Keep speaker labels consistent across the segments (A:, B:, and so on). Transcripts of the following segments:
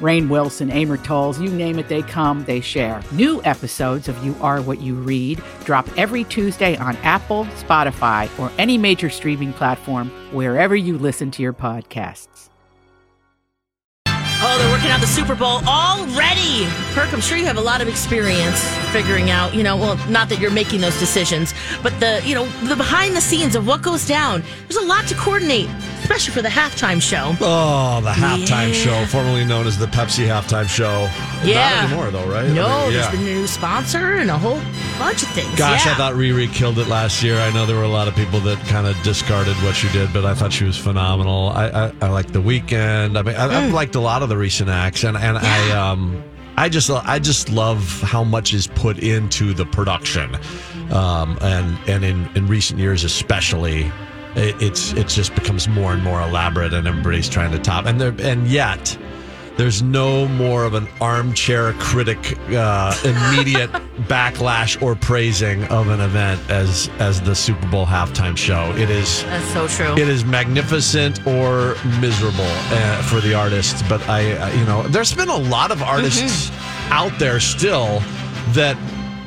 A: Rain Wilson, Amor Tolls, you name it, they come, they share. New episodes of You Are What You Read drop every Tuesday on Apple, Spotify, or any major streaming platform wherever you listen to your podcasts.
B: Oh, they're working out the Super Bowl already. Perk, I'm sure you have a lot of experience figuring out, you know, well, not that you're making those decisions, but the, you know, the behind the scenes of what goes down. There's a lot to coordinate, especially for the halftime show.
C: Oh, the halftime show, formerly known as the Pepsi halftime show.
B: Yeah.
C: Not anymore, though, right?
B: No,
C: I mean,
B: there's
C: yeah.
B: been a new sponsor and a whole bunch of things.
C: Gosh,
B: yeah.
C: I thought Riri killed it last year. I know there were a lot of people that kind of discarded what she did, but I thought she was phenomenal. I I, I liked the weekend. I mean, I,
B: Hmm.
C: I've liked a lot of the recent acts, and and I um I just I just love how much is put into the production, um and and in in recent years especially. it- It's it just becomes more and more elaborate, and everybody's trying to top. And there and yet, there's no more of an armchair critic uh, immediate backlash or praising of an event as as the Super Bowl halftime show. It is
B: That's so true.
C: it is magnificent or miserable uh, for the artists. But I, I- you know, there's been a lot of artists out there still that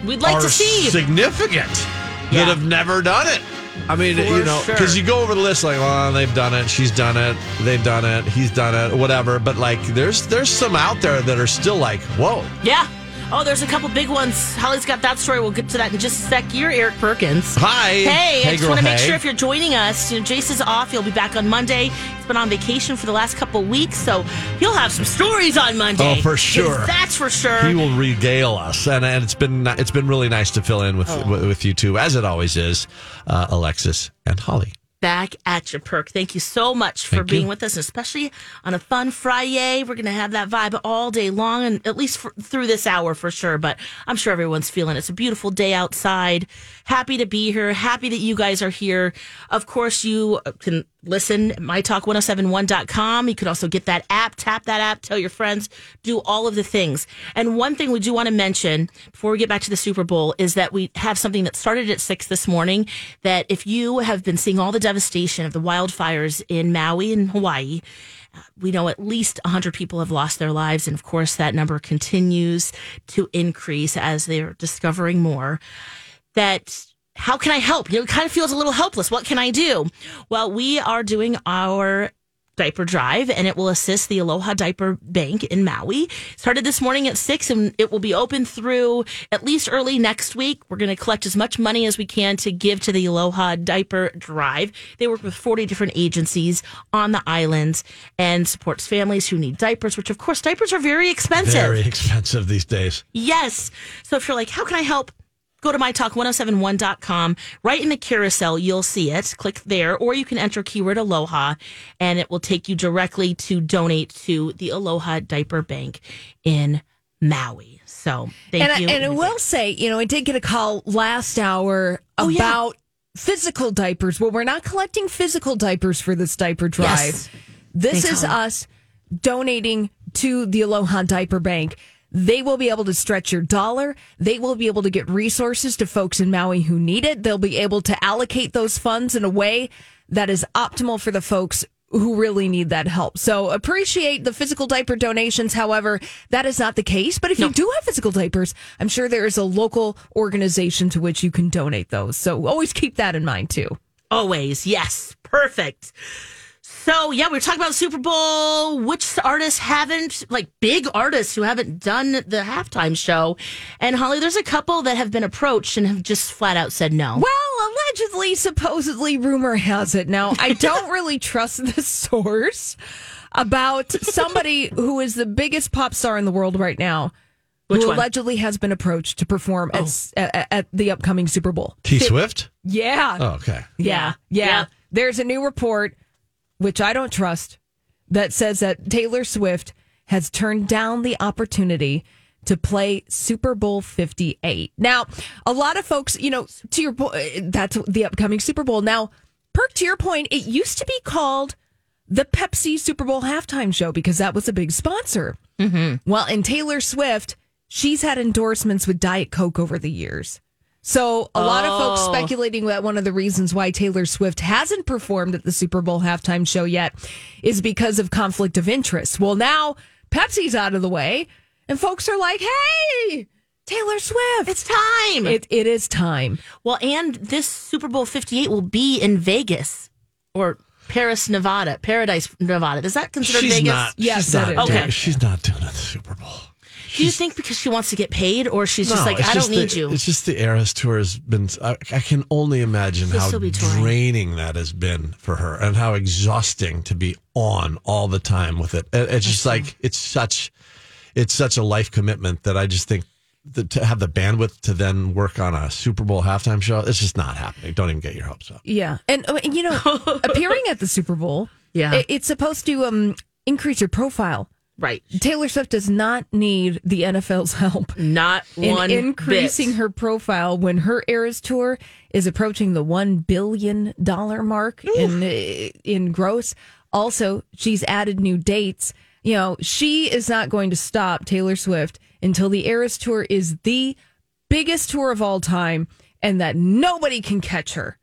B: We'd like
C: are
B: to see.
C: significant that
B: Yeah.
C: have never done it. I mean,
B: For
C: you know,
B: sure.
C: because you go over the list like, well, they've done it, she's done it, they've done it, he's done it, whatever. But like, there's there's some out there that are still like, whoa,
B: yeah. Oh, there's a couple big ones. Holly's got that story. We'll get to that in just a sec. You're Eric Perkins.
C: hi,
B: Hey, I just
C: girl,
B: want to make
C: hey.
B: sure if you're joining us, you know, Jason's off. He'll be back on Monday. He's been on vacation for the last couple of weeks, so he'll have some stories on Monday.
C: Oh, for sure.
B: Yes, That's for sure.
C: he will regale us, and, and it's been it's been really nice to fill in with
B: Oh.
C: with, with you two, as it always is, uh, Alexis and Holly.
B: back at your perk. Thank you so much for
C: Thank
B: being
C: you.
B: with us, especially on a fun Friday. We're going to have that vibe all day long, and at least for, through this hour for sure. But I'm sure everyone's feeling it. it's a beautiful day outside. Happy to be here. Happy that you guys are here. Of course, you can listen at mytalk1071.com. You can also get that app, tap that app, tell your friends, do all of the things. And one thing we do want to mention before we get back to the Super Bowl is that we have something that started at six this morning. That if you have been seeing all the devastation of the wildfires in Maui and Hawaii, uh, we know at least 100 people have lost their lives. And of course, that number continues to increase as they're discovering more that how can I help? You know, it kind of feels a little helpless. What can I do? Well, we are doing our diaper drive and it will assist the Aloha Diaper Bank in Maui. Started this morning at 6 and it will be open through at least early next week. We're going to collect as much money as we can to give to the Aloha Diaper Drive. They work with 40 different agencies on the islands and supports families who need diapers, which of course diapers are very expensive.
C: Very expensive these days.
B: Yes. So if you're like, how can I help? Go to mytalk1071.com. Right in the carousel, you'll see it. Click there, or you can enter keyword Aloha, and it will take you directly to donate to the Aloha Diaper Bank in Maui. So thank
D: and
B: you.
D: I, and I will say, you know, I did get a call last hour
B: Oh, yeah.
D: about physical diapers. Well, we're not collecting physical diapers for this diaper drive.
B: Yes.
D: This
B: Thank
D: is
B: God.
D: us donating to the Aloha Diaper Bank. They will be able to stretch your dollar. They will be able to get resources to folks in Maui who need it. They'll be able to allocate those funds in a way that is optimal for the folks who really need that help. So appreciate the physical diaper donations. However, that is not the case. But if you do have physical diapers, I'm sure there is a local organization to which you can donate those. So always keep that in mind too.
B: Always. Yes. Perfect. So yeah, we were talking about Super Bowl. Which artists haven't like big artists who haven't done the halftime show? And Holly, there's a couple that have been approached and have just flat out said no.
D: Well, allegedly, supposedly, rumor has it. Now, I don't really trust the source. about somebody who is the biggest pop star in the world right now,
B: Which
D: who
B: one? Oh.
D: allegedly has been approached to perform at s at, at the upcoming Super Bowl.
C: T Swift?
D: Yeah.
C: Oh, okay.
D: Yeah. Yeah.
B: Yeah.
D: There's a new report, which I don't trust, that says that Taylor Swift has turned down the opportunity to play Super Bowl 58. Now, a lot of folks, you know, to your point, that's the upcoming Super Bowl. Now, Perk, to your point, it used to be called the Pepsi Super Bowl halftime show because that was a big sponsor. Mm-hmm. Well, and Taylor Swift, she's had endorsements with Diet Coke over the years. So a lot of
B: Oh.
D: folks speculating that one of the reasons why Taylor Swift hasn't performed at the Super Bowl halftime show yet is because of conflict of interest. Well, now Pepsi's out of the way, and folks are like, "Hey, Taylor Swift,
B: It's time.
D: it, it is time."
B: well, and this Super Bowl 58 will be in Vegas or Paris, Nevada, Paradise, Nevada. Is that considered
C: She's
B: Vegas?
C: not.
D: Yes,
C: she's
D: that
C: not
D: is.
C: doing-
B: Okay.
C: She's not doing it at the Super Bowl.
B: Do you think because she wants to get paid or she's just
C: No,
B: like,
C: it's
B: I don't
C: just
B: need
C: the-
B: you?
C: It's just the Eras tour has been. I, I can only imagine
B: She'll
C: how
B: still be touring.
C: draining that has been for her, and how exhausting to be on all the time with it. It- It's just like it's such, it's such a life commitment that I just think that to have the bandwidth to then work on a Super Bowl halftime show, it's just not happening. Don't even get your hopes up.
D: Yeah, and uh, you know, appearing at the Super Bowl,
B: Yeah.
D: it- it's supposed to um, increase your profile.
B: right.
D: Taylor Swift does not need the NFL's help.
B: Not one
D: in increasing
B: bit.
D: her profile when her Eras tour is approaching the one billion dollar mark in uh, in gross. Also, she's added new dates. You know, she is not going to stop Taylor Swift until the Eras tour is the biggest tour of all time, and that nobody can catch her.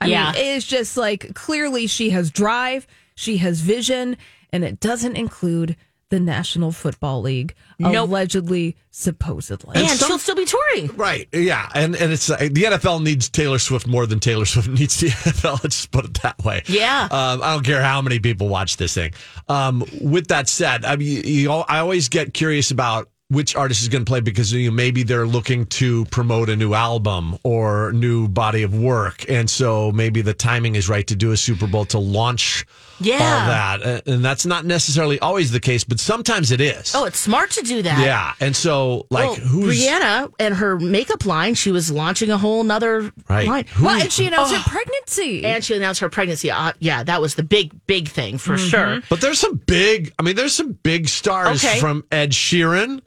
D: I
B: Yeah.
D: mean, it's just like clearly she has drive, she has vision, and it doesn't include the National Football League,
B: Nope.
D: allegedly, supposedly.
B: And
C: some-
B: she'll still be touring.
C: Right. Yeah. And and it's uh, the NFL needs Taylor Swift more than Taylor Swift needs the NFL. Let's just put it that way.
B: Yeah.
C: Um, I don't care how many people watch this thing. Um, with that said, I mean, you, you all, I always get curious about which artist is going to play because you know, maybe they're looking to promote a new album or new body of work, and so maybe the timing is right to do a Super Bowl to launch
B: Yeah.
C: all that. And that's not necessarily always the case, but sometimes it is.
B: Oh, it's smart to do that.
C: yeah. And so, like,
B: well,
C: who's
B: Brianna and her makeup line? She was launching a whole nother
C: Right.
B: line.
C: Who-
D: Well, and she announced
B: Oh.
D: her pregnancy.
B: And she announced her pregnancy. Uh, yeah, that was the big, big thing for
D: Mm-hmm.
B: sure.
C: But there's some big, I mean, there's some big stars
B: Okay.
C: from Ed Sheeran,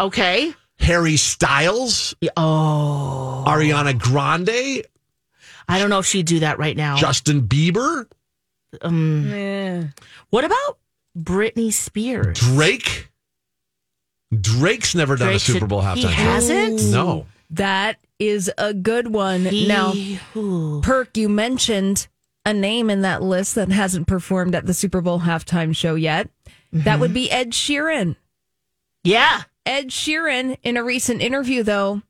B: Okay.
C: Harry Styles,
B: Oh,
C: Ariana Grande,
B: I don't know if she'd do that right now.
C: Justin Bieber,
B: um, what about Britney Spears?
C: Drake. Drake's never done a
B: Drake
C: Super
B: should-
C: Bowl
B: he
C: halftime show.
B: hasn't.
C: No.
D: That is a good one.
B: He-
D: now,
B: ooh.
D: Perk, you mentioned a name in that list that hasn't performed at the Super Bowl halftime show yet. That
B: Mm-hmm.
D: would be Ed Sheeran.
B: yeah,
D: Ed Sheeran, in a recent interview, though,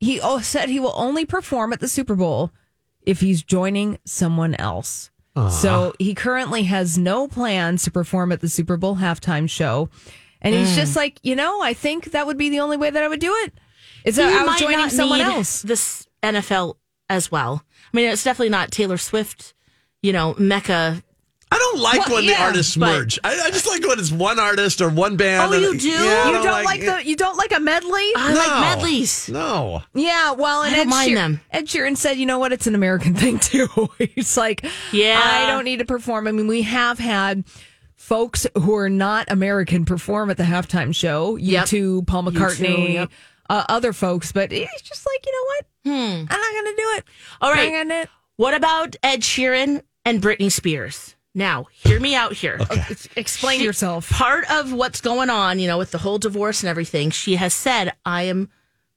D: he o- said he will only perform at the Super Bowl if he's joining someone else. So he currently has no plans to perform at the Super Bowl halftime show. And he's just like, you know, I think that would be the only way that I would do it. Is that
B: He
D: I was
B: might
D: joining
B: not
D: someone
B: need
D: else.
B: This NFL as well. I mean, it's definitely not Taylor Swift. You know, Mecca.
C: I don't like
D: Well,
C: when the
D: yeah,
C: artists
B: but-
C: merge. I, I just like when it's one artist or one band.
B: Oh,
C: and-
B: you do?
C: Yeah, I
D: you don't like,
C: it.
D: the you don't like a medley?
B: I like medleys.
C: No.
D: Yeah, well, and
B: I don't
D: Ed,
B: mind
D: Sheer-
B: them.
D: Ed Sheeran said, "You know what? It's an American thing too." He's like,
B: Yeah.
D: I don't need to perform." I mean, we have had folks who are not American perform at the halftime show. You
B: Yep.
D: too, Paul
B: too,
D: McCartney,
B: yep.
D: uh, other folks, but it's just like, you know what? I'm not going to do it.
B: All
D: Not
B: right.
D: gonna-
B: Hmm. What about Ed Sheeran and Britney Spears? Now, hear me out here.
D: Explain
B: She-
D: yourself.
B: Part of what's going on, you know, with the whole divorce and everything, she has said, I am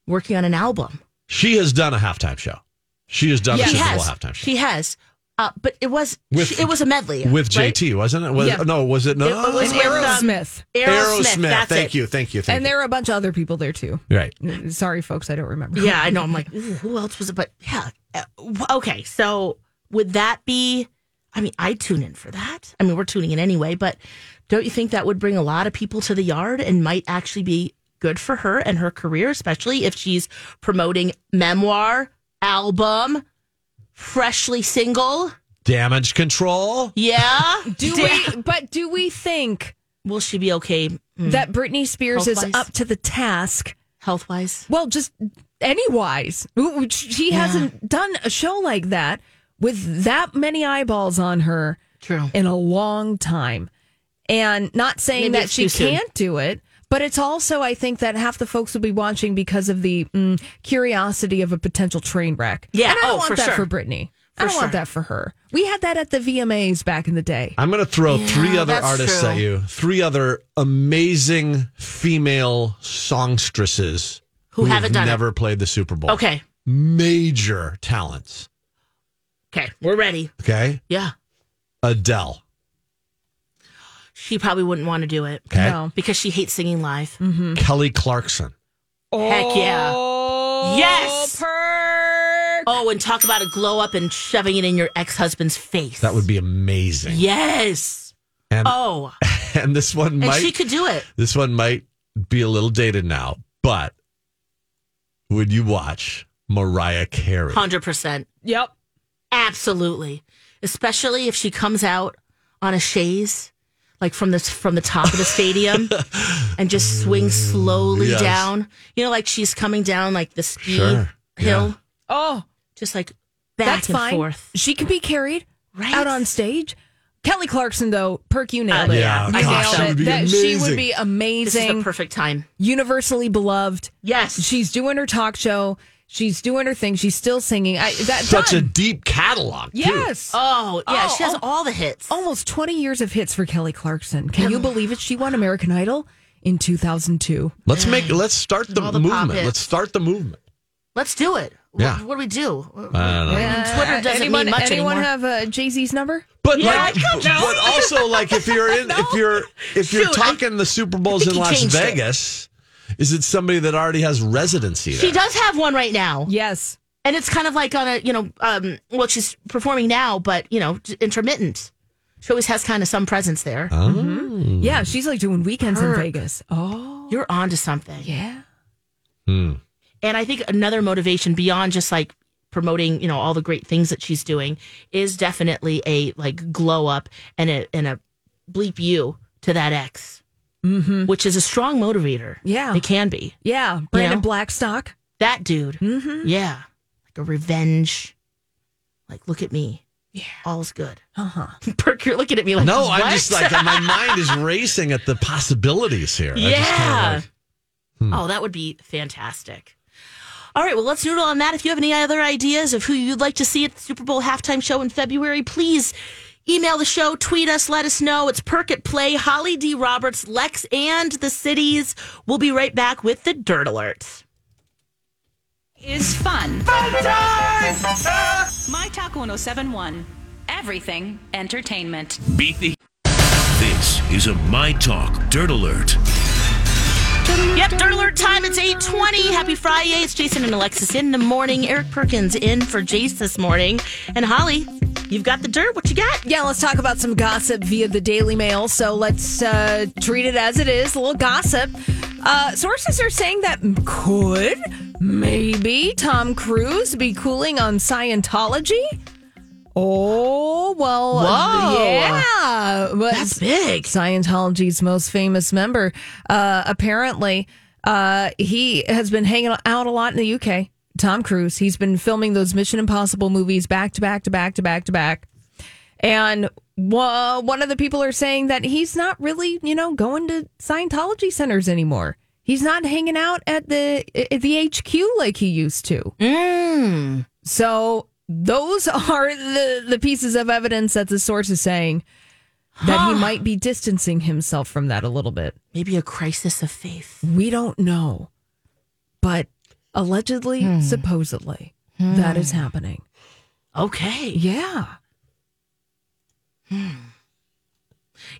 B: working on an album.
C: She has done a halftime show. She has done
D: Yeah.
C: a
B: She
C: Super Bowl
B: has.
C: halftime show.
B: She has. Uh, but it was
C: With-
B: she- it was a medley.
C: with
B: right?
C: JT, wasn't it? Was,
D: Yeah.
C: No, was it? No.
B: It was
D: And
B: with, um,
D: Aerosmith.
B: Aerosmith. That's
C: Thank
B: it.
C: you. Thank you. Thank
D: And there are a bunch of other people there too.
C: you. Right.
D: Sorry, folks, I don't remember.
B: Yeah, I know. I'm like, Ooh, who else was it? But yeah. Uh, w- Okay. So would that be, I mean, I tune in for that. I mean, we're tuning in anyway, but don't you think that would bring a lot of people to the yard and might actually be good for her and her career, especially if she's promoting memoir, album, freshly single?
C: damage control.
B: Yeah.
D: Do we? But do we think
B: Will she be okay mm,
D: that Britney Spears is
B: Health-wise?
D: up to the task?
B: health wise?
D: Well, just any wise, Ooh, she hasn't done a show like that with that many eyeballs on her
B: True.
D: in a long time. And not saying
B: Maybe
D: that
B: it's
D: she
B: too soon.
D: can't do it, but it's also, I think, that half the folks will be watching because of the mm, curiosity of a potential train wreck.
B: Yeah.
D: And I don't
B: Oh,
D: want
B: for
D: that
B: sure.
D: for Brittany. I don't
B: sure.
D: want that for her. We had that at the VMAs back in the day.
C: I'm going to throw three other
B: that's
C: artists
B: true.
C: at you. Three other amazing female songstresses
B: Who haven't done it.
C: never played the Super Bowl.
B: Okay.
C: Major talents.
B: Okay. We're ready.
C: Okay.
B: Yeah.
C: Adele.
B: She probably wouldn't want to do it
C: Okay.
D: No.
B: because she hates singing live.
D: Mm.
C: Kelly Clarkson.
B: Heck yeah.
D: Oh,
B: Yes.
D: Perk.
B: Oh, and talk about a glow up and shoving it in your ex husband's face.
C: That would be amazing.
B: Yes.
C: And,
B: Oh,
C: and this one
B: and
C: might
B: she could do it.
C: this one might be a little dated now, but would you watch Mariah Carey?
B: 100%.
D: Yep.
B: Absolutely. Especially if she comes out on a chaise, like from this from the top of the stadium and just swings slowly
C: yes.
B: down. You know, like she's coming down like the ski
C: Sure.
B: hill,
C: Yeah.
D: Oh,
B: just like back
D: that's
B: and
D: fine.
B: forth.
D: She can be carried
B: Right.
D: out on stage. Kelly Clarkson, though, Perk, you nailed
B: Uh,
D: it.
B: yeah,
D: you
B: gosh,
D: nailed
B: that
D: it.
C: would be
D: That- she would
C: amazing.
D: be
B: This is the
D: amazing,
B: perfect time.
D: universally beloved.
B: Yes.
D: She's doing her talk show. She's doing her thing. She's still singing. I, that,
C: Such a
D: done.
C: deep catalog. too.
D: yes.
B: oh, yeah,
D: Oh,
B: she has
D: oh.
B: all the hits.
D: Almost 20 years of hits for Kelly Clarkson. Can you believe it? She won American Idol in 2002.
C: Let's make let's start the,
B: All the pop
C: movement.
B: hits.
C: Let's start the movement.
B: Let's do it. What-
C: Yeah. Uh,
B: What, do we do? Uh,
C: I don't know.
B: Twitter doesn't
D: anyone,
B: mean much
D: anyone
B: anymore.
D: have uh, Jay Z's number?
C: But
B: Yeah,
C: like,
B: I don't know.
C: but also like, if you're in, if you're, if you're
B: Shoot, I-
C: talking the Super Bowls in
B: think he
C: Las
B: changed it.
C: Vegas, is it somebody that already has residency there?
B: she does have one right now.
D: Yes.
B: and it's kind of like on a you know um well she's performing now but you know j- intermittent she always has kind of some presence there
C: Oh.
B: Mm-hmm.
C: Hmm.
D: Yeah, she's like doing weekends
B: Perk.
D: in Vegas. Oh,
B: you're onto something
D: yeah.
C: Hmm.
B: and i think another motivation beyond just like promoting you know all the great things that she's doing is definitely a like glow up and a and a bleep you to that ex mm-hmm. which is a strong motivator
D: Yeah.
B: it can be
D: Yeah. Brandon
B: know?
D: Blackstock.
B: that dude mm-hmm. yeah like a revenge like look at me yeah all's good
D: Uh-huh.
B: Perk, you're looking at me like
C: No,
B: what?
C: I'm just like my mind is racing at the possibilities here. I just
B: Yeah.
C: kinda like- hmm.
B: Oh, that would be fantastic. All right, well, let's noodle on that. If you have any other ideas of who you'd like to see at the Super Bowl halftime show in February, please email the show, tweet us, let us know. It's Perk at Play, Holly D. Roberts, Lex, and the cities. We'll be right back with the Dirt Alert.
E: is fun. My Talk 1071. Everything entertainment.
F: Beat the. This is a My Talk Dirt Alert.
B: Yep, Dirt Alert time. It's 820. Happy Friday. It's Jason and Alexis in the morning. Eric Perkins in for Jace this morning. And Holly, you've got the dirt. What you got?
D: Yeah, let's talk about some gossip via the Daily Mail. So let's uh, treat it as it is a little gossip. Uh, sources are saying that could maybe Tom Cruise be cooling on Scientology? Oh, well,
B: Whoa.
D: yeah. But
B: That's big.
D: Scientology's most famous member. Uh, apparently, uh, he has been hanging out a lot in the UK. Tom Cruise. He's been filming those Mission Impossible movies back to back to back to back to back. And wha- one of the people are saying that he's not really, you know, going to Scientology centers anymore. He's not hanging out at the at the HQ like he used to. So those are the the pieces of evidence that the source is saying that he might be distancing himself from that a little bit.
B: Maybe a crisis of faith.
D: We don't know, but allegedly, supposedly, that is happening.
B: Okay.
D: Yeah.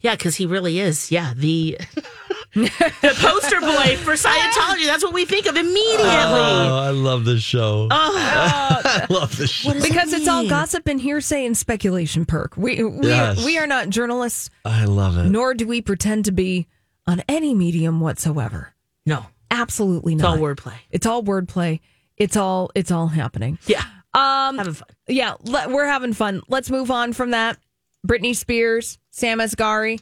B: Yeah, because he really is. Yeah, the the poster boy for Scientology. That's what we think of immediately.
D: Uh,
C: Oh, I love this show.
B: Oh.
C: I love this show.
D: because it's all
B: mean?
D: gossip and hearsay and speculation perk. We we,
C: Yes.
D: we are not journalists,
C: I love it.
D: nor do we pretend to be on any medium whatsoever.
B: no,
D: Absolutely
B: it's all
D: not.
B: wordplay.
D: It's all wordplay. It's all it's all happening.
B: Yeah.
D: Um,
B: Having fun.
D: yeah, le- we're having fun. Let's move on from that. Britney Spears, Sam Asghari,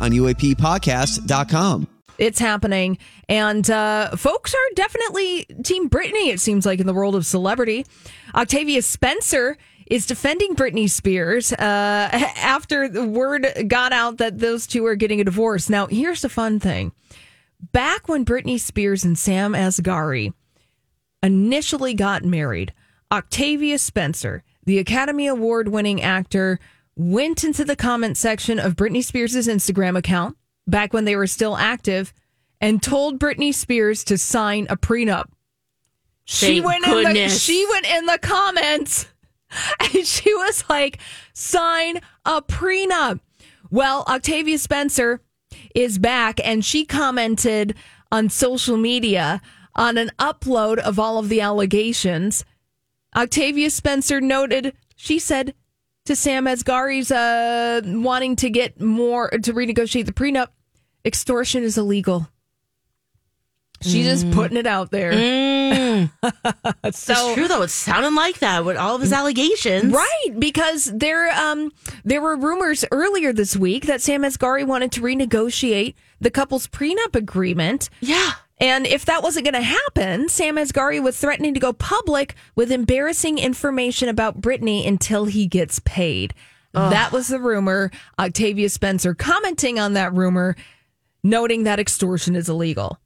G: on UAPpodcast.com.
D: It's happening. And uh, folks are definitely Team Britney, it seems like, in the world of celebrity. Octavia Spencer is defending Britney Spears uh, after the word got out that those two are getting a divorce. Now, here's the fun thing back when Britney Spears and Sam Asghari initially got married, Octavia Spencer, the Academy Award winning actor, went into the comment section of Britney Spears' Instagram account back when they were still active and told Britney Spears to sign a prenup. she
B: Thank
D: went in the,
B: goodness.
D: she went in the comments and she was like, sign a prenup. Well, Octavia Spencer is back and she commented on social media on an upload of all of the allegations. Octavia Spencer noted, she said to Sam Asghari's uh, wanting to get more, to renegotiate the prenup, extortion is illegal. She's just putting it out there.
B: It's
D: so
B: true though. It sounded like that with all of his allegations.
D: Right, because there um there were rumors earlier this week that Sam Asghari wanted to renegotiate the couple's prenup agreement.
B: Yeah.
D: And if that wasn't going to happen, Sam Asghari was threatening to go public with embarrassing information about Britney until he gets paid. That was the rumor. Octavia Spencer commenting on that rumor, noting that extortion is illegal.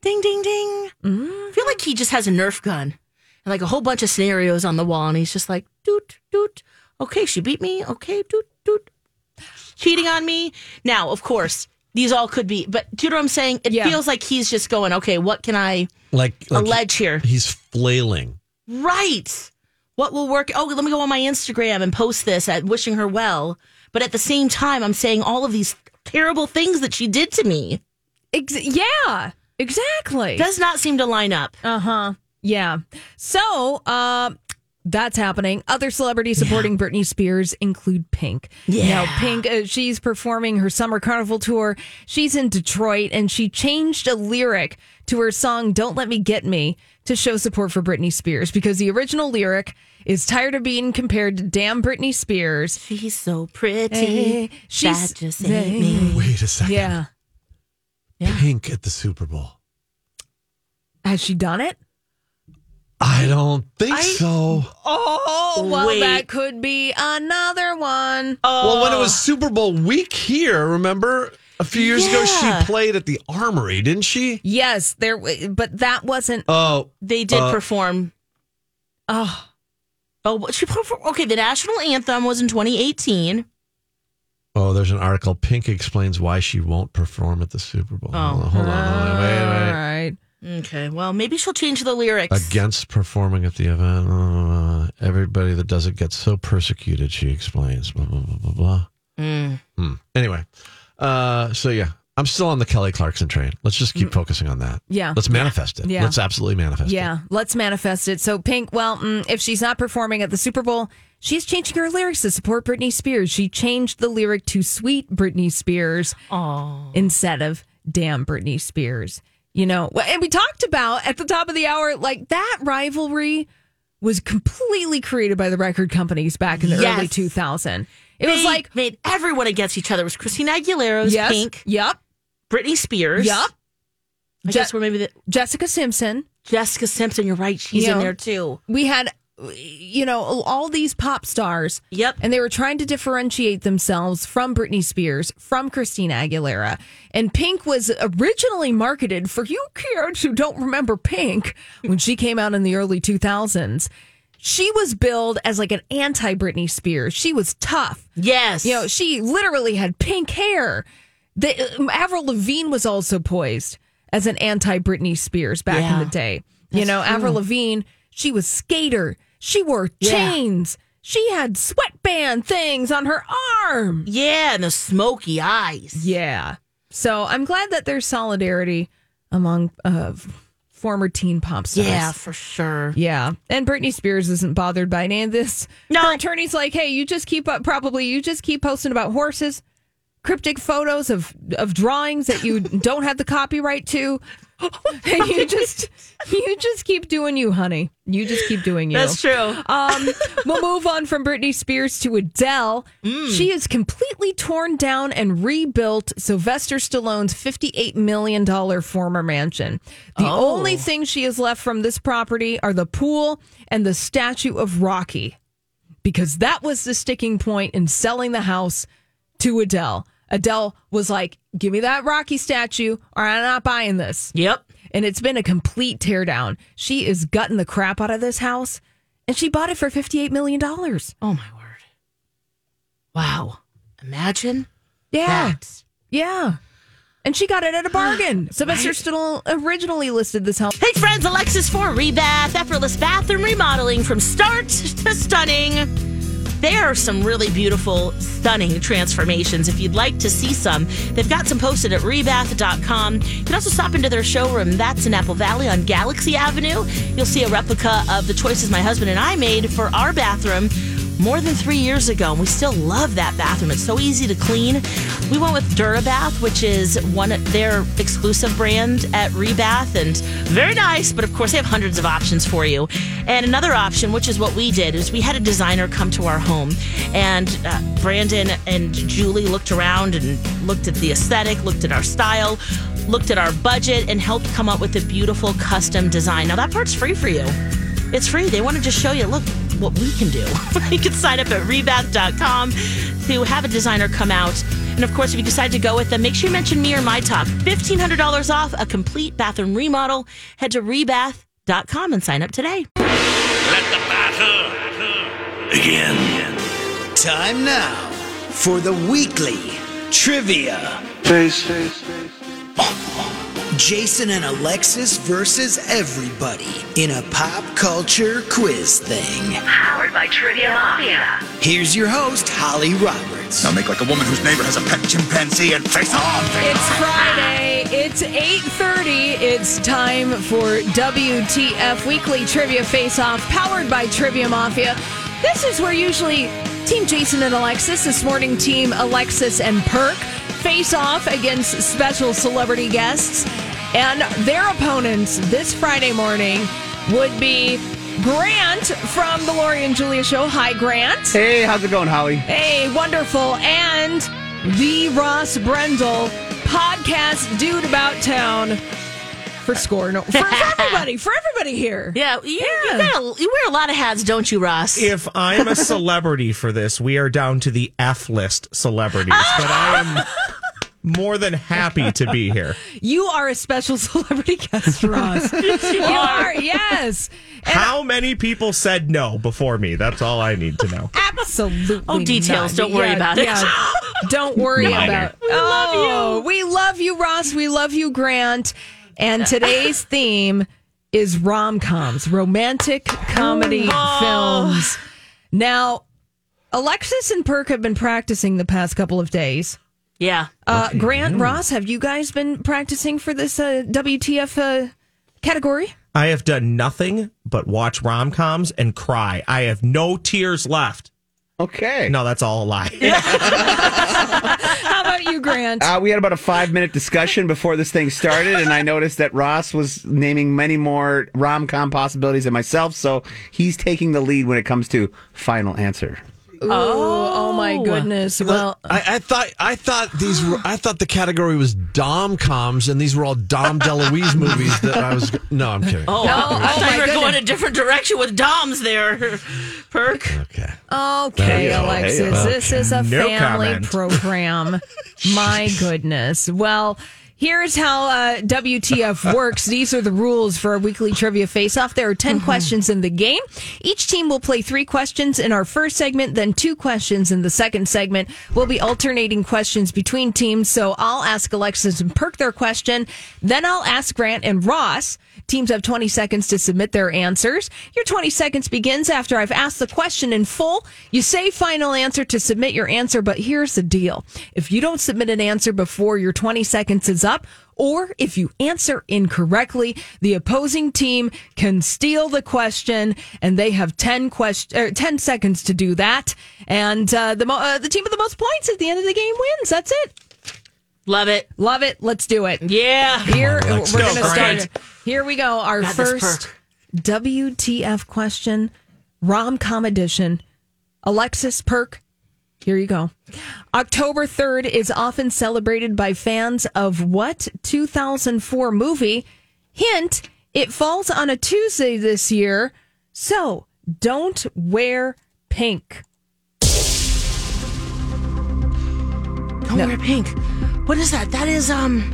B: Ding ding ding. I feel like he just has a Nerf gun and like a whole bunch of scenarios on the wall, and he's just like doot doot. Okay, she beat me. Okay, doot doot. Cheating on me. Now, of course, these all could be, but do you know what I'm saying? It
D: Yeah.
B: feels like he's just going, okay, what can I
C: Like, like
B: allege here?
C: he's flailing.
B: Right. What will work? Oh, let me go on my Instagram and post this at wishing her well. But at the same time, I'm saying all of these terrible things that she did to me.
D: Ex- yeah, exactly.
B: Does not seem to line up.
D: Uh huh. Yeah. So, uh, that's happening. Other celebrities supporting Britney Spears include Pink.
B: Yeah.
D: Now, Pink, uh, she's performing her summer carnival tour. She's in Detroit and she changed a lyric to her song, Don't Let Me Get Me, to show support for Britney Spears because the original lyric is tired of being compared to damn Britney Spears.
B: She's so pretty.
D: Hey, she's-
B: that just ain't me.
C: Wait a second.
D: Yeah.
C: Pink at the Super Bowl.
D: Has she done it?
C: I don't think so.
D: Oh, well,
B: Wait.
D: that could be another one.
C: Well, when it was Super Bowl week here, remember a few years ago
B: Yeah.
C: she played at the Armory, didn't she?
D: Yes, there, but that wasn't.
C: Oh,
B: They did
C: Uh,
B: perform.
D: Oh,
B: Oh, what- she performed. Okay, the national anthem was in 2018.
C: oh, there's an article. Pink explains why she won't perform at the Super
D: Oh.
C: Bowl. Hold on, hold on, hold on.
D: All
C: wait, wait.
D: right.
B: Okay, well, maybe she'll change the lyrics.
C: Against performing at the event, uh, everybody that does it gets so persecuted. She explains. Blah blah blah blah blah.
D: Mm.
C: Hmm. Anyway, uh, so yeah, I'm still on the Kelly Clarkson train. Let's just keep focusing on that.
D: Mm. Yeah.
C: let's manifest it.
D: Yeah.
C: let's absolutely manifest it.
D: Yeah, let's manifest it. So, Pink, well, mm, if she's not performing at the Super Bowl, she's changing her lyrics to support Britney Spears. She changed the lyric to Sweet Britney Spears instead of Damn Britney Spears. You know, Well, and we talked about at the top of the hour, like that rivalry was completely created by the record companies back in the
B: Yes.
D: early 2000. It
B: It
D: was like,
B: made everyone against each other. It was Christina Aguilera's
D: yes,
B: Pink,
D: yep,
B: Britney Spears.
D: yep.
B: I guess we're maybe the,
D: Jessica Simpson.
B: Jessica Simpson. You're right. She's
D: Yeah.
B: in there too.
D: we had you know all these pop stars
B: Yep.
D: and they were trying to differentiate themselves from Britney Spears from Christina Aguilera and Pink was originally marketed for you kids who don't remember Pink when she came out in the early 2000s she was billed as like an anti Britney Spears she was tough
B: Yes.
D: you know, she literally had pink hair. The, um, Avril Lavigne was also poised as an anti Britney Spears back
B: Yeah.
D: in the day. You know, Avril Lavigne, she was skater. She wore chains. She had sweatband things on her arm.
B: Yeah, and the smoky eyes.
D: Yeah. So I'm glad that there's solidarity among uh, former teen pop stars.
B: Yeah, for sure.
D: Yeah. And Britney Spears isn't bothered by any of this.
B: No.
D: Her attorney's like, hey, you just keep up, probably, you just keep posting about horses, cryptic photos of, of drawings that you don't have the copyright to. and you just you just keep doing you, honey. You just keep doing you.
B: That's true.
D: Um, we'll move on from Britney Spears to Adele. She is completely torn down and rebuilt Sylvester Stallone's $58 million former mansion. The only thing she has left from this property are the pool and the statue of Rocky, because that was the sticking point in selling the house to Adele. Adele was like, Give me that Rocky statue, or I'm not buying this
B: Yep.
D: and it's been a complete teardown. She is gutting the crap out of this house, and she bought it for $58 million.
B: Oh my word. Wow. Imagine
D: Yeah.
B: that.
D: Yeah. And she got it at a bargain. Sylvester Stallone originally listed this house.
B: Hey friends, Alexis for Rebath, effortless bathroom remodeling from start to stunning. There are some really beautiful, stunning transformations. If you'd like to see some, they've got some posted at rebath.com. You can also stop into their showroom. That's in Apple Valley on Galaxy Avenue. You'll see a replica of the choices my husband and I made for our bathroom more than three years ago, and we still love that bathroom. It's so easy to clean. We went with DuraBath, which is one of their exclusive brand at Rebath, and very nice. But of course, they have hundreds of options for you. And another option, which is what we did, is we had a designer come to our home, and uh, Brandon and Julie looked around and looked at the aesthetic, looked at our style, looked at our budget, and helped come up with a beautiful custom design. Now that part's free for you. It's free. They want to just show you, look, what we can do. you can sign up at rebath.com to have a designer come out. And of course, if you decide to go with them, make sure you mention me or my talk. $1,500 off a complete bathroom remodel. Head to rebath.com and sign up today.
F: Let the battle begin.
H: Time now for the weekly trivia. Jason and Alexis versus everybody in a pop culture quiz thing.
I: Powered by Trivia Mafia.
H: Here's your host, Holly Roberts.
J: Now make like a woman whose neighbor has a pet chimpanzee and face on.
D: It's Friday. It's 8:30. It's time for WTF Weekly Trivia Face Off powered by Trivia Mafia. This is where usually Team Jason and Alexis, this morning team Alexis and Perk face off against special celebrity guests and their opponents this Friday morning would be Grant from the Lori and Julia show. Hi Grant.
J: Hey, how's it going, Holly?
D: Hey, wonderful. And the Ross Brendel podcast dude about town for score. No, for, for everybody, for everybody here.
B: Yeah, you, You, got a, you wear a lot of hats, don't you, Ross?
J: If I'm a celebrity for this, we are down to the F list celebrities, but I am more than happy to be here.
D: You are a special celebrity guest, Ross. you are, yes.
J: How many people said no before me? That's all I need to know.
D: Absolutely.
B: Oh, details.
D: not.
B: Don't worry
D: Yeah,
B: about it.
D: yeah. Don't worry
J: Minor.
D: about it. We love you. We love you, Ross. We love you, Grant. And today's theme is rom coms, romantic comedy films. Now, Alexis and Perk have been practicing the past couple of days.
B: yeah.
D: Uh, Grant, Ross, have you guys been practicing for this uh, WTF uh, category?
J: I have done nothing but watch rom coms and cry. I have no tears left. Okay. No, that's all a lie.
D: How about you, Grant?
I: Uh, we had about a five minute discussion before this thing started, and I noticed that Ross was naming many more rom com possibilities than myself, so he's taking the lead when it comes to final answer.
D: oh, oh, my goodness. Well,
C: I, I thought I thought these were, I thought the category was dom coms and these were all Dom DeLuise movies that I was no I'm kidding
B: Oh, I
D: oh
B: thought
D: my
B: you were going
D: goodness.
B: a different direction with Doms there, Perk.
C: okay
D: Okay,
C: Hey, oh,
D: Alexis,
C: hey, oh.
D: this is a
J: No
D: family
J: comment.
D: program. My goodness. Well, Here's how uh, WTF works. These are the rules for our weekly trivia face off. There are 10 questions in the game. Each team will play three questions in our first segment, then two questions in the second segment. We'll be alternating questions between teams. So I'll ask Alexis and Perk their question. Then I'll ask Grant and Ross. Teams have 20 seconds to submit their answers. Your 20 seconds begins after I've asked the question in full. You say final answer to submit your answer, but here's the deal. If you don't submit an answer before your 20 seconds is up, or if you answer incorrectly, the opposing team can steal the question, and they have 10 question, er, 10 seconds to do that. And uh, the mo- uh, the team with the most points at the end of the game wins. That's it.
B: Love it.
D: Love it. Let's do it.
B: Yeah.
D: Here
B: Come on, Lex.
D: we're
B: Go,
D: going to start.
B: Grant.
D: it. Here we go. Our
B: God, this
D: first WTF question, rom com edition. Alexis Perk. Here you go. October 3rd is often celebrated by fans of what 2004 movie? Hint, it falls on a Tuesday this year. So don't wear pink.
B: Don't wear pink. What is that? That is um.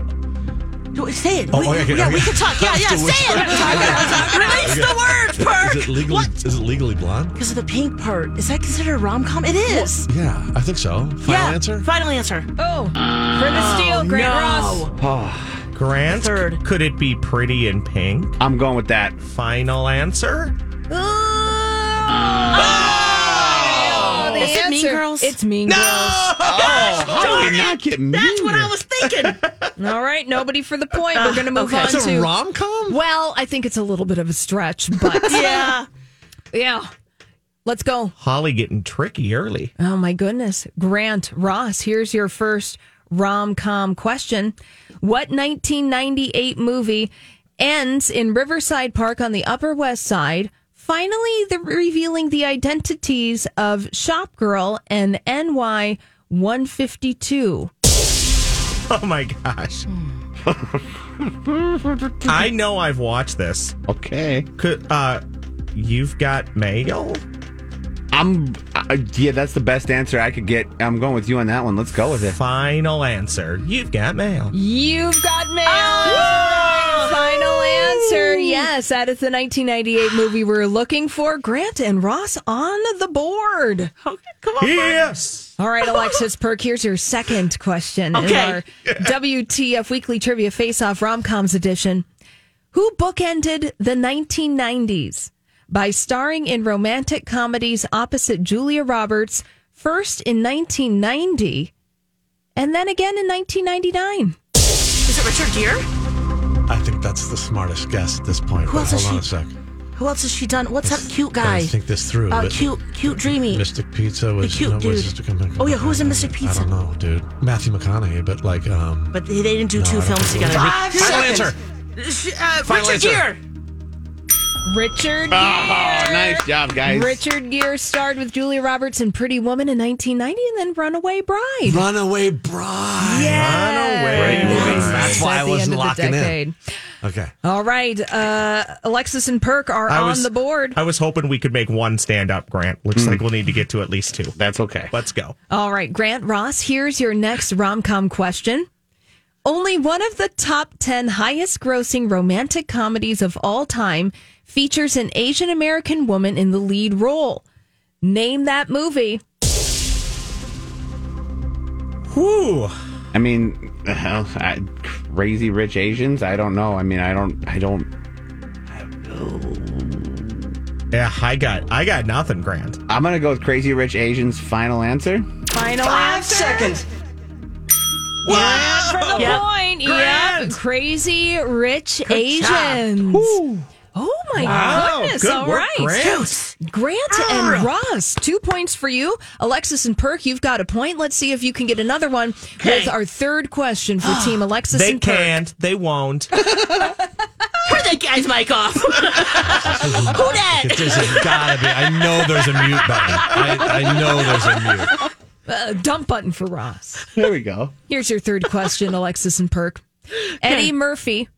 B: Do we say it?
C: Oh,
B: we,
C: okay, okay,
B: yeah,
C: okay.
B: we can talk. Yeah, yeah.
C: Have to
B: Say it.
C: whisper.
B: Release the words,
C: Is it-
B: Perk.
C: Is it legally? Is it legally blonde?
B: Because of the pink part, is that considered a rom com? It is.
C: Yeah, I think so. Final
B: yeah.
C: answer.
B: Final answer.
D: Oh, for the
B: Oh,
D: steal, Grant Ross.
J: Grant, could it be pretty in pink?
I: I'm going with that.
J: Final answer?
D: Oh, the
B: Is it Mean
D: answer-
B: Girls?
D: It's Mean Girls.
I: Oh, how did we not get mean?
B: That's what I was thinking.
D: All right, nobody for the point. We're going to move
B: okay.
D: on
C: It's a
D: to.
C: rom com.
D: well, I think it's a little bit of a stretch, but
B: yeah.
D: yeah. Let's go.
J: Holly getting tricky early.
D: Oh my goodness. Grant Ross, here's your first rom com question. What 1998 movie ends in Riverside Park on the Upper West Side, finally the, revealing the identities of Shopgirl and NY 152?
J: Oh my gosh. I know I've watched this.
I: Okay.
J: Could uh you've got mail?
I: I'm. Uh, yeah, that's the best answer I could get. I'm going with you on that one. Let's go with it.
J: Final answer. You've got mail.
D: You've got mail.
B: Ah!
D: Final answer. Yes, that is the 1998 movie we're looking for. Grant and Ross on the board.
B: Okay, come on.
J: Yes.
D: All right, Alexis Perk, here's your second question in
B: Okay.
D: our WTF Weekly Trivia Face Off Rom Coms edition. Who bookended the 1990s by starring in romantic comedies opposite Julia Roberts, first in 1990 and then again in 1999?
B: Is it Richard Gere?
C: I think that's the smartest guess at this point.
B: Who
C: but
B: else is
C: hold on a
B: she-
C: sec.
B: Who else has she done? What's that cute guy?
C: I think this through.
B: Uh,
C: but-
B: cute, cute, dreamy.
C: Mystic Pizza was
B: cute
C: no, was
B: dude.
C: Mystic McConaughey.
B: Oh, yeah, who was in Mystic
C: I
B: Pizza?
C: don't know, dude. Matthew McConaughey, but like um.
B: But they, they didn't do
C: No, I
B: two
C: don't
B: films
C: think it was
B: together.
C: Five Final seconds. answer.
B: Sh- Uh,
C: Final
B: Richard
C: answer.
B: Gere.
D: Richard
I: Oh, nice job, guys.
D: Richard Gere starred with Julia Roberts in Pretty Woman in 1990 and then Runaway Bride.
C: Runaway Bride.
D: Yes.
J: Runaway Great movie.
C: That's why
D: At the
C: I
D: end
C: wasn't
D: of the
C: locking in.
D: decade.
C: Okay.
D: All right. Uh, Alexis and Perk are
J: I
D: on
J: was-
D: the board.
J: I was hoping we could make one stand up, Grant. Looks like we'll need to get to at least two.
I: Hmm. That's okay.
J: Let's go.
D: All right. Grant Ross, here's your next rom com question. Only one of the top 10 highest grossing romantic comedies of all time features an Asian American woman in the lead role. Name that movie.
J: Whew.
I: I mean, uh, I, crazy rich Asians. I don't know. I mean, I don't. I don't.
J: Yeah, I got I got nothing, Grant.
I: I'm gonna go with crazy rich Asians. Final answer.
D: Final answer.
H: Seconds.
J: Oh,
D: for the
B: Yep.
D: point. Yep. Crazy rich Asians. Oh my
J: Wow,
D: goodness.
J: good
D: All
J: work,
D: right.
J: Grant. Ah.
D: Grant and Ross, two points for you. Alexis and Perk, you've got a point. Let's see if you can get another one with our third question for Team Alexis
J: They
D: and Perk.
J: can't. They won't.
B: Turn that guy's mic off. Who
C: If
B: that?
C: There's a- gotta be. I know there's a mute button. I, I know there's a mute.
D: Uh, dump button for Ross.
I: There we go.
D: Here's your third question, Alexis and Perk. Eddie Murphy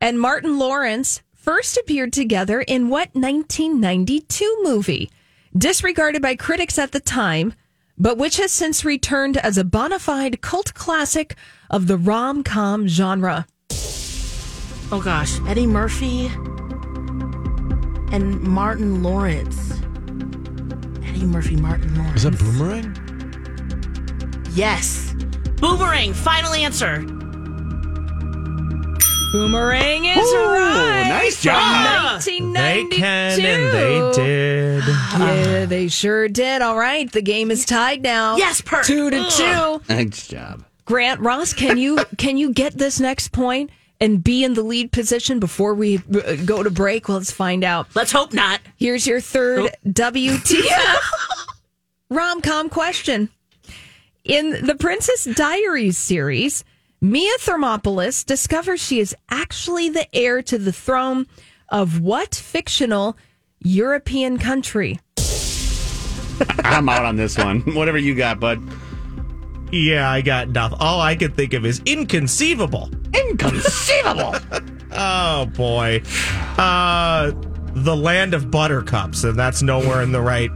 D: and Martin Lawrence first appeared together in what 1992 movie? Disregarded by critics at the time, but which has since returned as a bona fide cult classic of the rom com genre.
B: Oh gosh, Eddie Murphy and Martin Lawrence. Eddie Murphy, Martin Lawrence.
C: Is that boomerang?
B: Yes. Boomerang, final answer.
D: Boomerang is
B: Ooh,
D: right.
B: nice
D: from
B: job.
J: They
D: 1992.
J: can and they did.
D: Yeah, they sure did. All right, the game is tied now.
B: Yes, Perk.
D: two to two.
I: Nice job.
D: Grant Ross, can you can you get this next point and be in the lead position before we uh, go to break? Let's find out.
B: Let's hope not.
D: Here's your
J: Oh.
D: third WTF rom com question. In the Princess Diaries series, Mia Thermopolis discovers she is actually the heir to the throne of what fictional European country?
I: I'm out on this one. Whatever you got, bud.
J: Yeah, I got nothing. All I could think of is inconceivable.
I: Inconceivable.
J: Oh boy. Uh the land of buttercups, and that's nowhere in the right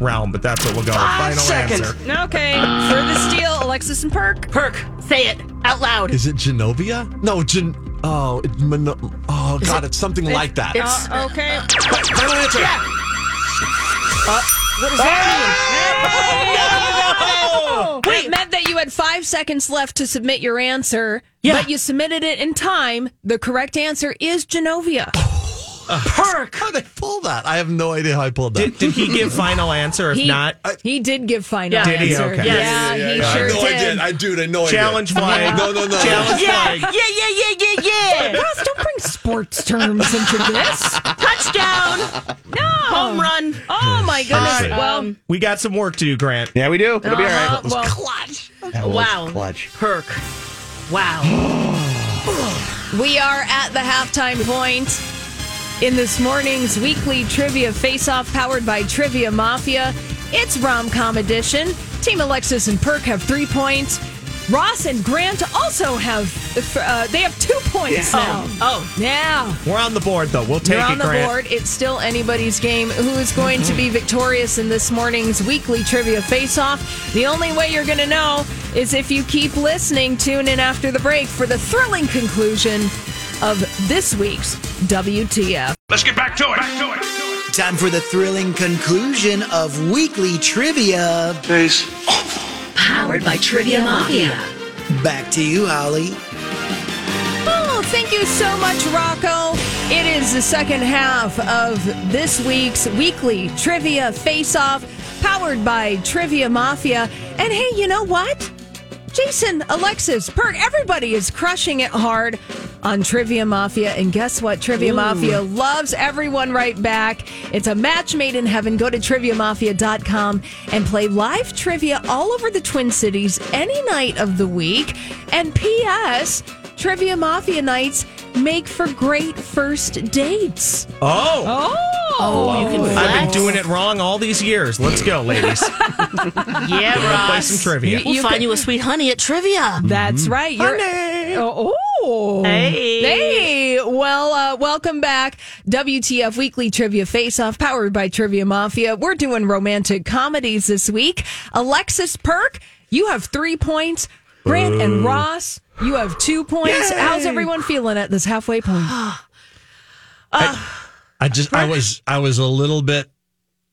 J: realm, but that's what we'll go. with. Final answer.
D: Okay, for the steal, Alexis and Perk.
B: Perk, say it out loud.
C: Is it Genovia? No, Gen. Oh, it, Mono- oh God, it's something like that.
B: It's
D: okay.
C: Right, final answer.
D: Wait. It meant that you had five seconds left to submit your answer, but you submitted it in time. The correct answer is Genovia.
J: Oh,
B: Perk.
C: How did I pull that? I have no idea how I pulled that.
J: Did, did he give final answer? If
D: He-
J: not,
D: He did give final
J: Did he?
D: answer.
J: Okay.
D: Yeah, he
C: I
D: sure
C: know
D: did.
C: I did. I do. I know
J: challenge
C: I
J: flag.
C: did. No, no, no.
J: Challenge
B: Yeah,
J: flag.
B: yeah, yeah, yeah, yeah, yeah.
D: Ross, don't bring sports terms into this.
B: Touchdown. No. Home run.
D: Oh my goodness.
J: All right.
D: Well,
J: We got some work to do, Grant.
I: Yeah, we do. It'll be all
B: Uh,
I: right.
B: well, clutch.
I: That was
B: Oh, wow.
I: clutch.
B: Perk. Wow.
D: we are at the halftime point in this morning's weekly trivia face-off powered by Trivia Mafia. It's rom-com edition. Team Alexis and Perk have three points. Ross and Grant also have uh, they have two points now.
B: Oh.
D: Yeah.
J: We're on the board though. We'll take
D: You're on
J: it,
D: the
J: Grant. Mm-hmm.
D: board. It's still anybody's game. Who is going to be victorious in this morning's weekly trivia face-off? The only way you're going to know is if you keep listening. Tune in after the break for the thrilling conclusion of this week's WTF.
F: Let's get back to it. Back to it.
H: Time for the thrilling conclusion of weekly trivia.
K: Powered by Trivia Mafia.
H: Back to you, Ollie.
D: Oh, thank you so much, Rocco. It is the second half of this week's weekly trivia face-off, powered by Trivia Mafia. And hey, you know what? Jason, Alexis, Perk, everybody is crushing it hard on Trivia Mafia. And guess what? Trivia Mafia loves everyone right back. It's a match made in heaven. Go to triviamafia.com and play live trivia all over the Twin Cities any night of the week. And P.S. Trivia Mafia nights make for great first dates.
J: Oh,
D: Oh, you can
J: I've been doing it wrong all these years. Let's go, ladies.
B: Yeah, Ross.
J: Play some trivia.
B: We'll
D: You
B: find
D: can-
B: you a sweet honey at trivia.
D: That's right. You're, Oh, oh.
B: Hey.
D: Hey. Well, uh, welcome back. WTF Weekly Trivia Face Off, powered by Trivia Mafia. We're doing romantic comedies this week. Alexis Perk, you have three points. Grant and Ross, you have two points. How's everyone feeling at this halfway point?
C: I just I was I was a little bit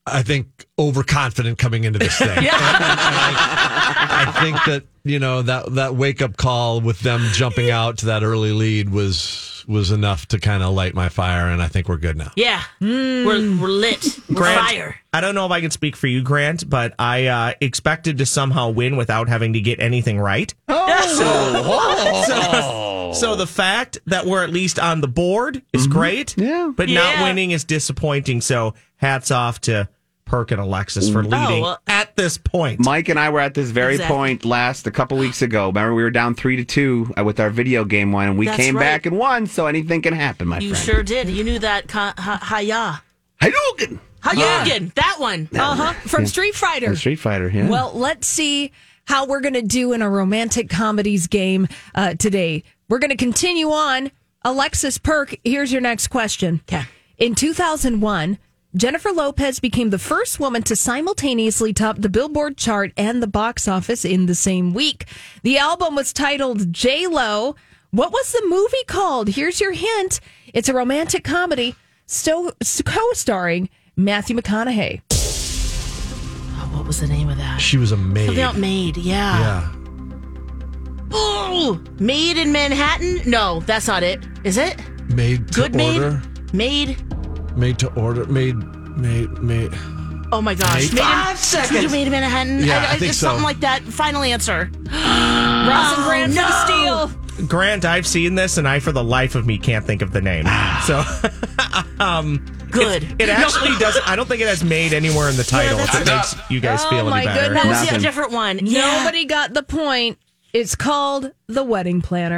C: I think overconfident coming into this thing. I, I think that you know that that wake up call with them jumping out to that early lead was was enough to kind of light my fire, and I think we're good now.
B: Yeah. We're, we're lit. We're
J: Grant,
B: fire.
J: I don't know if I can speak for you, Grant, but I uh, expected to somehow win without having to get anything right. Oh, so, so the fact that we're at least on the board is great.
I: Yeah.
J: but
B: Yeah.
J: not winning is disappointing. So hats off to Perk and Alexis for leading
B: Oh, well-
J: at this point.
I: Mike and I were at this very
B: Exactly.
I: point last a couple weeks ago. Remember, we were down three to two uh, with our video game one, and we
B: That's
I: came
B: right.
I: back and won. So anything can happen, my
B: You
I: friend.
B: sure did. You knew that. Ka- ha- Haya.
I: Hadouken!
B: Hayugen. That one. Uh-huh.
D: Uh huh. From Street Fighter.
I: Street Fighter. Yeah.
D: Well, let's see how we're going to do in a romantic comedies game uh, today. We're going to continue on. Alexis Perk, here's your next question.
B: Okay.
D: In 2001, Jennifer Lopez became the first woman to simultaneously top the Billboard chart and the box office in the same week. The album was titled J Lo. What was the movie called? Here's your hint it's a romantic comedy so, co starring Matthew McConaughey.
B: What was the name of that?
C: She was a maid.
B: Something about maid, yeah.
C: Yeah.
B: Oh, maid in Manhattan? No, that's not it. Is it?
C: Made to
B: Good maid?
C: order.
B: Maid?
C: Made to order. Made. Made. Made.
B: Oh my gosh.
C: Maid?
B: Maid in-
C: Five seconds.
B: Maid in Manhattan?
C: Yeah, I think
B: it's
C: so.
B: something like that. Final answer.
D: Ross and Grant for the steal.
J: Grant, I've seen this, and I, for the life of me, can't think of the name. So, um,
B: Good.
J: it actually doesn't. I don't think it has made anywhere in the title.
B: that's
J: if it makes you guys
D: Oh
J: feel
D: my
J: any better.
D: goodness. That was
B: Yeah, different one. Yeah.
D: Nobody got the point. It's called The Wedding Planner.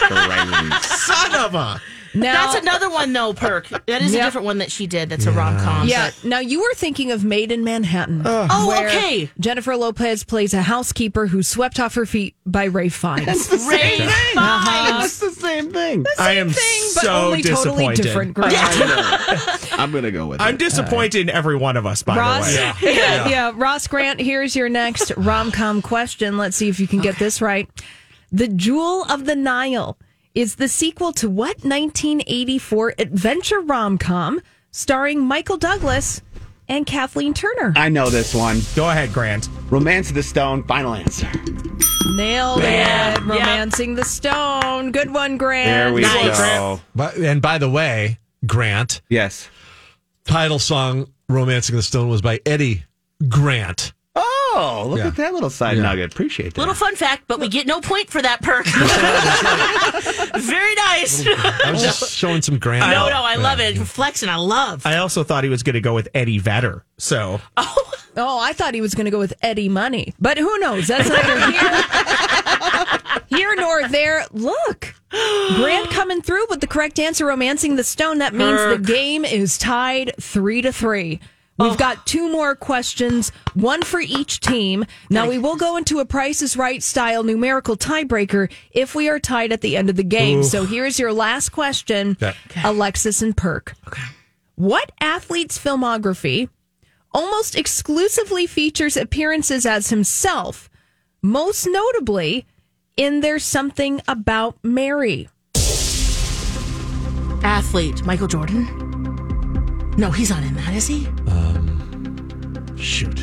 J: Son of a.
D: Now,
B: That's another one though, Perk. That is
D: Yep.
B: a different one that she did. That's a rom com.
D: Yeah. Now you were thinking of Made in Manhattan.
B: Oh,
D: where
B: okay.
D: Jennifer Lopez plays a housekeeper who's swept off her feet by Ray Fiennes.
B: Ray
I: It's the same thing.
J: I am
D: thing, but
J: so
D: only
J: disappointed.
D: totally different. Grant.
I: I'm going to go with it.
J: I'm disappointed in every one of us, by
D: Ross,
J: the way.
D: yeah. yeah, Ross Grant. Here's your next rom com question. Let's see if you can get this right. The Jewel of the Nile is the sequel to what 1984 adventure rom com starring Michael Douglas and Kathleen Turner?
I: I know this one.
J: Go ahead, Grant.
I: Romance of the Stone, final answer.
D: Nailed it. Romancing the Stone. Good one, Grant.
I: There we
B: Nice.
I: go.
C: But, and by the way, Grant,
I: Yes.
C: title song Romancing the Stone was by Eddie Grant.
I: Oh, look
C: Yeah.
I: at that little side nugget. Appreciate that.
B: Little fun fact, but we get no point for that perk. Very nice.
C: I was just showing some Grant.
B: No,
C: love.
B: no, I
C: Yeah.
B: love it. Flex and I love.
J: I also thought he was going to go with Eddie Vedder. So,
D: Oh, I thought he was going to go with Eddie Money, but who knows? That's neither here, here nor there. Look, Grant coming through with the correct answer, romancing the stone. That means
B: Merk.
D: the game is tied three to three. We've got two more questions, one for each team. Now we will go into a Price is Right style numerical tiebreaker if we are tied at the end of the game. So here's your last question,
C: Yeah.
D: Alexis and Perk. What athlete's filmography almost exclusively features appearances as himself, most notably in There's Something About Mary.
B: Athlete, Michael Jordan. No, he's not in that, is he?
C: Shoot.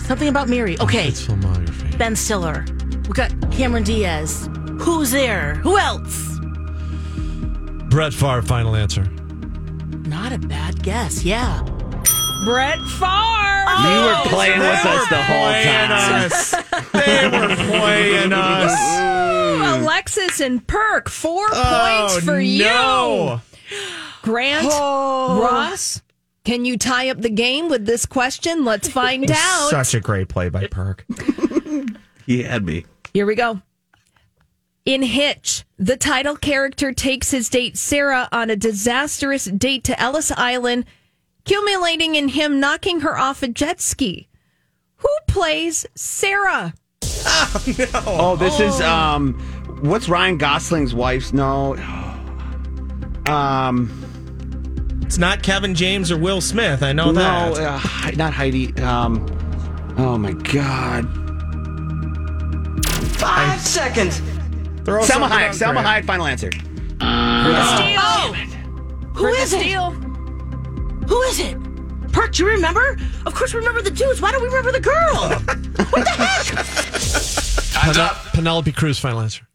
B: Something about Mary. Okay.
C: It's filmography.
B: Ben Stiller. We got Cameron Diaz. Who's there? Who else?
C: Brett Favre, final answer.
B: Not a bad guess. Yeah. Oh,
D: Brett Favre.
I: you
D: Oh,
I: were playing with us the whole
J: playing
I: time.
J: us. They were playing us.
D: Ooh, Alexis and Perk, four
C: Oh,
D: points for you.
J: Oh, no.
D: Grant, Oh. Ross, can you tie up the game with this question? Let's find out.
J: Such a great play by Perk.
I: He had me.
D: Here we go. In Hitch, the title character takes his date Sarah on a disastrous date to Ellis Island, culminating in him knocking her off a jet ski. Who plays Sarah?
I: Oh, this is um, what's Ryan Gosling's wife's? No, um,
J: It's not Kevin James or Will Smith. I know
I: no,
J: that.
I: uh, Hei- not Heidi. Um, oh my God,
H: Five seconds.
J: Throw
I: Selma
J: something
I: Hayek.
J: out,
I: Selma
J: Grant.
I: Hayek. Final answer.
B: Who is it? Who is it? Perk, do you remember? Of course, we remember the dudes. Why don't we remember the girl?
C: Pene- Penelope Cruz, final answer.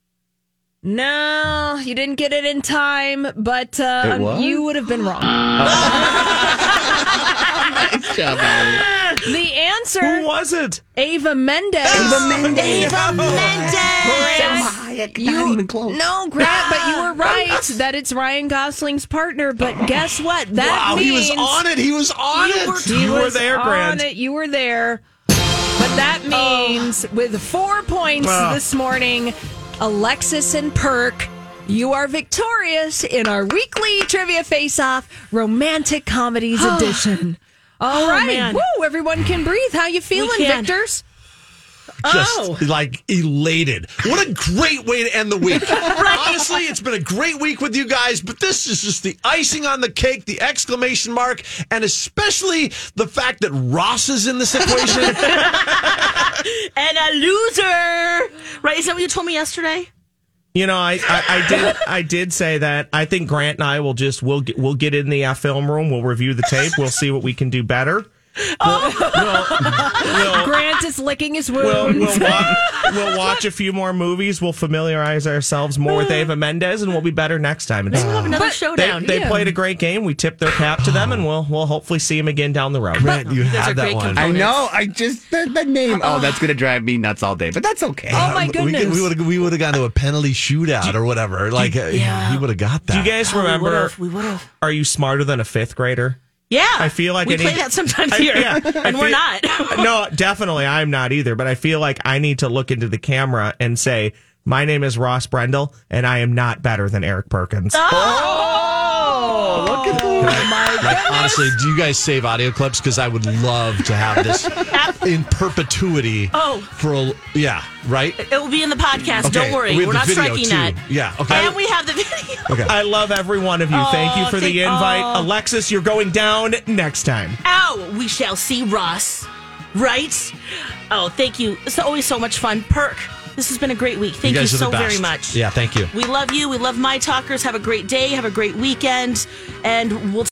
D: No, you didn't get it in time, but
I: It
D: uh,
I: was?
D: you would have been wrong.
I: Nice job, Allie.
D: The
J: Who
D: answer
J: was it?
D: Ava Mendes.
B: Ava
C: Oh,
B: Mendes.
I: Hayek.
D: You-
I: Not even close.
D: No, Grant, but you were right that it's Ryan Gosling's partner. But guess what? That
C: wow,
D: means
C: he was on it. He was on
D: You
C: it.
D: were,
J: You were there,
D: on
J: Grant.
D: it. You were there. But that means with four points
J: Wow.
D: this morning, Alexis and Perk, you are victorious in our weekly trivia face-off, romantic comedies edition. All right,
B: man.
D: woo! Everyone can breathe. How you feeling,
B: can.
D: Victors?
C: just
J: Oh.
C: like elated. What a great way to end the week. Honestly, it's been a great week with you guys, but this is just the icing on the cake, the exclamation mark, and especially the fact that Ross is in this equation.
B: and a loser, right? Is that what you told me yesterday?
J: You know, I, I, I did I did say that. I think Grant and I will just we'll get, we'll get in the uh, film room. We'll review the tape. We'll see what we can do better.
D: Grant is licking his
J: We'll
D: wounds.
J: we'll watch, we'll watch a few more movies. We'll familiarize ourselves more with Ava Mendez, and we'll be better next time. It's-
B: We'll have another
J: They,
B: showdown.
J: they
B: Yeah.
J: played a great game. We tipped their cap to them, and we'll we'll hopefully see him again down the road.
C: Grant, you
I: had
C: that great one.
I: I know. Oh, I just the, the name. Oh, that's gonna drive me nuts all day. But that's okay.
C: Uh, We, could- we would have we would have gone to a penalty shootout or whatever. Like uh, he would have got that.
J: Do you guys remember?
B: We would have.
J: Are you smarter than a fifth grader?
B: Yeah.
J: I feel like
B: we
J: I
B: play
J: need-
B: that sometimes
J: I-
B: here,
J: yeah, I
B: and we're
J: feel-
B: not.
J: no, definitely, I'm not either. But I feel like I need to look into the camera and say, "My name is Ross Brendel, and I am not better than Eric Perkins."
B: Ah!
C: Oh,
I: look at
C: Like, honestly, do you guys save audio clips? Because I would love to have this in perpetuity.
B: Oh.
C: for a, yeah, right.
B: It will be in the podcast.
C: Okay,
B: Don't worry,
C: we have
B: we are
C: the
B: not
C: video,
B: striking
C: too.
B: that.
C: Yeah, okay.
B: And we have the video.
C: Okay.
J: I love every one of you. thank you
B: Oh,
J: for
B: thank-
J: the invite,
B: oh.
J: Alexis. You're going down next time.
B: Ow, we shall see Ross. Right? Oh, thank you. It's always so much fun. Perk, this has been a great week. Thank you,
C: guys are
B: so
C: the
B: very
C: best.
B: much.
C: Yeah, thank you.
B: We love you. We love my talkers. Have a great day. Have a great weekend. And we'll.